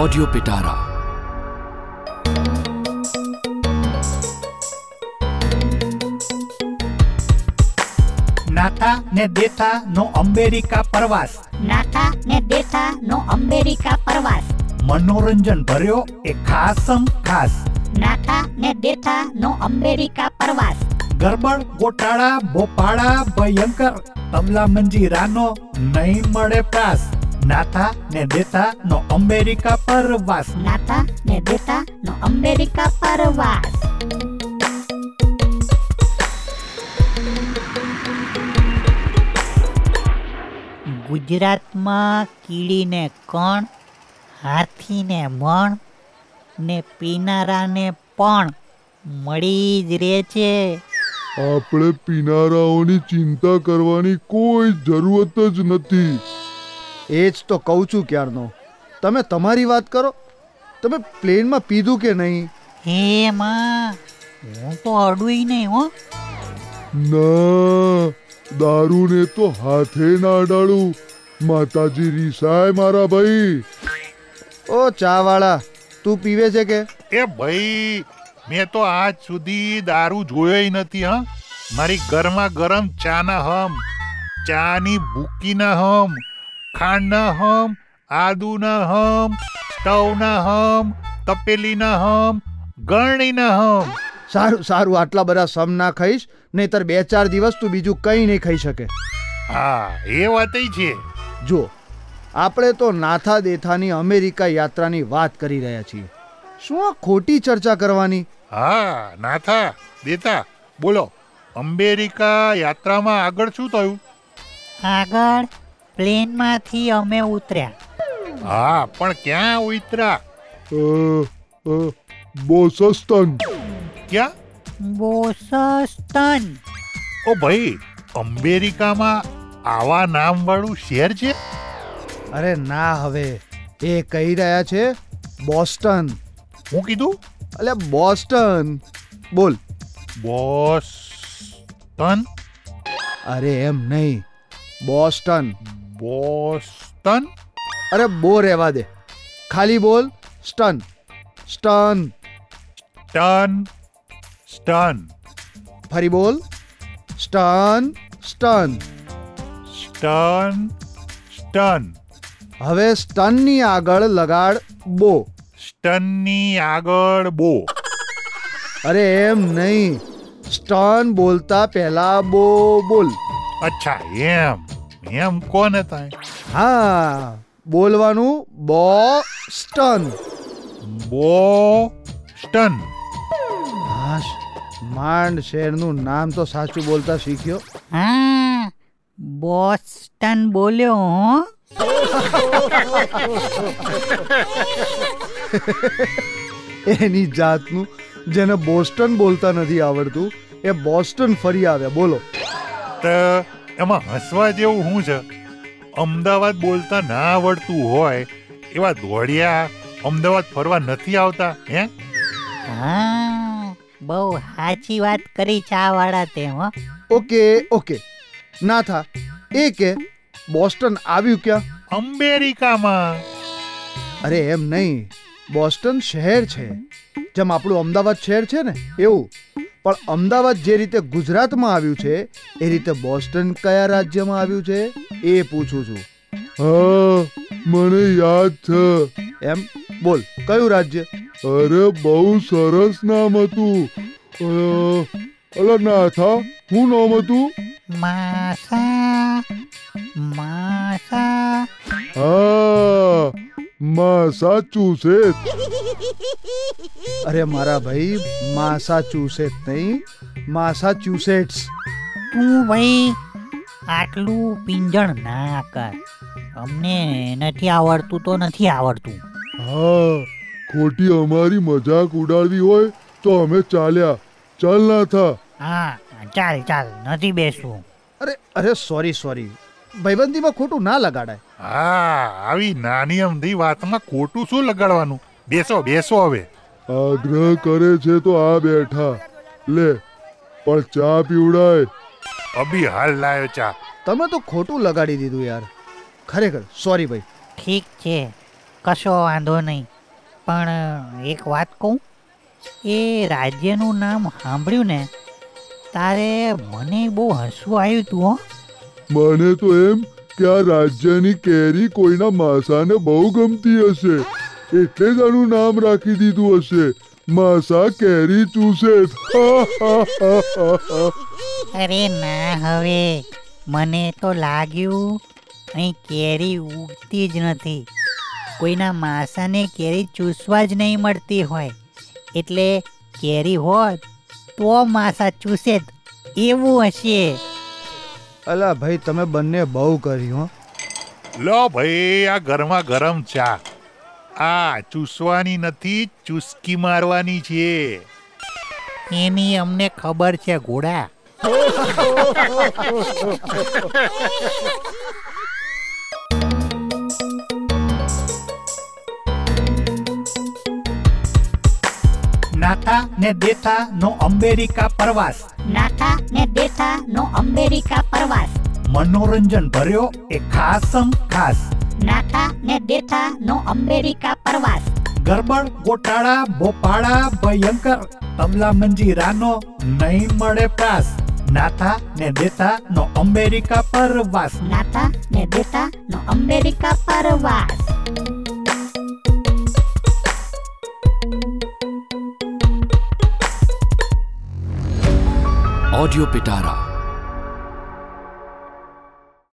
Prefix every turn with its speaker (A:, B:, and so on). A: audio Pitara
B: Natha ને દેથા નો America પ્રવાસ
C: નાથા ને દેથા નો અંબેરિકા પ્રવાસ
B: મનોરંજન ભર્યો એ ખાસમ ખાસ
C: નાથા ને દેથા નો અંબેરિકા પ્રવાસ
B: ગરબડ ગોટાળા બોપાળા ભયંકર તબલા મંજીરાનો નહીં મળે પ્રાસ નાથા ને દેથા નો અમેરિકા પ્રવાસ
C: નાથા ને દેથા નો અંબેરિકા પ્રવાસ
D: ગુજરાતમાં કીડીને કણ હાથીને મણ ને પીનારાને પણ મળી જ રહે છે
E: આપણે પીનારાઓની ચિંતા કરવાની કોઈ જરૂરત જ નથી
F: એ જ તો કહું છું ક્યારનો તમે તમારી વાત કરો તમે પ્લેનમાં પીધું કે નહીં
D: હે માં હું તો અડુઈ નહીં હો
E: ના દારૂને તો હાથે ના અડાડું માતાજી રીસાય મારા ભાઈ
F: ઓ ચાવાળા તું પીવે છે કે
G: એ ભાઈ મેં તો આજ સુધી દારૂ જોયોય નથી હા મારી ગરમા ગરમ ચાના હમ ચાની ભૂકીના હમ ખાંડના હમ આદુના હમ સ્ટવના હમ તપેલીના હમ ગરણીના હમ
F: સારું સારું આટલા બધા સમ ના ખાઈશ નહીતર બે ચાર દિવસ તું બીજું કંઈ નહીં ખાઈ શકે
G: હા એ વાતય છે
F: જુઓ આપણે તો નાથા દેથાની અમેરિકા યાત્રાની વાત કરી રહ્યા છીએ શું આ ખોટી ચર્ચા કરવાની
G: હા નાથા દેતા બોલો અમેરિકા યાત્રામાં આગળ શું થયું
D: આગળ પ્લેનમાંથી અમે ઉતર્યા
G: હા પણ ક્યાં ઉતરા
E: અ, અ, બોસસ્તન
G: ક્યાં
D: બોસસ્તન
G: ઓ ભાઈ અમેરિકામાં આવા નામ વાળું શહેર છે
F: અરે ના હવે એ કહી રહ્યા છે બોસ્ટન
G: હું કીધું
F: અલ્યા બોસ્ટન બોલ
G: બોસ્ટન
F: અરે એમ નહીં બોસ્ટન
G: બોસ્ટન
F: અરે બો રહેવા દે ખાલી બોલ સ્ટન સ્ટન
G: ટન સ્ટન
F: ફરી બોલ સ્ટન સ્ટન
G: સ્ટન સ્ટન
F: હવે સ્ટનની આગળ લગાડ બો
G: સ્ટનની આગળ બો
F: અરે એમ નહીં સ્ટન બોલતા પહેલા બો બોલ
G: અચ્છા એમ એમ કોને થાય
F: હા બોલવાનું બો સ્ટન
G: બો સ્ટન
F: હાશ માંડ શહેરનું નામ તો સાચું બોલતા શીખ્યો
D: હા બોસ્ટન બોલ્યો હું
F: એની જાતનું જેને બોસ્ટન બોલતા નથી આવડતું એ બોસ્ટન ફરી આવ્યા બોલો
G: તો એમાં હસવા જેવું શું છે અમદાવાદ બોલતા ના આવડતું હોય એવા દોડિયા અમદાવાદ ફરવા નથી આવતા હે
D: હા બહુ સાચી વાત કરી ચાવાળા તે હો
F: ઓકે ઓકે ના થા એ કે બોસ્ટન આવ્યું ક્યાં
G: અમેરિકામાં
F: અરે એમ નહીં બોસ્ટન શહેર છે જેમ આપણું અમદાવાદ શહેર છે ને એવું પણ અમદાવાદ જે રીતે ગુજરાતમાં આવ્યું છે એ રીતે બોસ્ટન કયા રાજ્યમાં આવ્યું છે એ પૂછું છું
E: હા મને યાદ છે
F: એમ બોલ કયું રાજ્ય
E: અરે બહુ સરસ નામ હતું અ, અલા નાથા હું નામ હતું
D: માસા માસા
E: હા માસાચુસેટ
F: અરે મારા ભાઈ માસાચ્યુસેટ નહીં માસાચ્યુસેટ્સ
D: તું ભાઈ આટલું પિંજણ ના કર અમને નથી આવડતું તો નથી આવડતું
E: હા ખોટી અમારી મજાક ઉડાડવી હોય તો અમે ચાલ્યા ચાલ નાથા
D: હા ચાલ ચાલ નથી બેસવું
F: અરે અરે સોરી સોરી ભાઈબંધીમાં ખોટું ના લગાડાય
G: હા આવી નાની અમધી વાતમાં ખોટું શું લગાડવાનું બેસો બેસો હવે
E: આગ્રહ કરે છે તો આ બેઠા લે પણ ચા પીવડાય
G: અભી હાલ લાયો ચા
F: તમે તો ખોટું લગાડી દીધું યાર ખરેખર સોરી ભાઈ
D: ઠીક છે કશો વાંધો નહીં પણ એક વાત કહું એ રાજ્યનું નામ સાંભળ્યું ને તારે મને બહુ હસવું આવ્યું તું હો
E: મને તો એમ કે આ રાજ્યની કેરી કોઈના માસાને બહુ ગમતી હશે એટલે જ આનું નામ રાખી દીધું હશે માસા કેરી ચૂસે
D: અરે ના હવે મને તો લાગ્યું અહીં કેરી ઉગતી જ નથી કોઈના માસાને કેરી ચૂસવા જ નહીં મળતી હોય એટલે કેરી હોત તો માસા ચૂસે જ એવું હશે
F: અલા ભાઈ તમે બંને બહુ કર્યું હો
G: લો ભાઈ આ ગરમા ગરમ ચા આ ચૂસવાની નથી ચૂસકી મારવાની છે
D: એની અમને ખબર છે ઘોડા
B: નાથા ને દેથા નો અમેરિકા પ્રવાસ
C: નાથા ને દેથા નો અમેરિકા પ્રવાસ
B: મનોરંજન ભર્યો એ ખાસમ ખાસ
C: નાથા ને દેથા નો અમેરિકા પ્રવાસ
B: ગરબડ ગોટાળા ભોપાળા ભયંકર તમલા મંજીરાનો નહીં મળે પાસ નાથા ને દેથા નો અમેરિકા પરવાસ
C: નાથા ને દેથા નો અમેરિકા પ્રવાસ
A: ઓડિયો પિટારા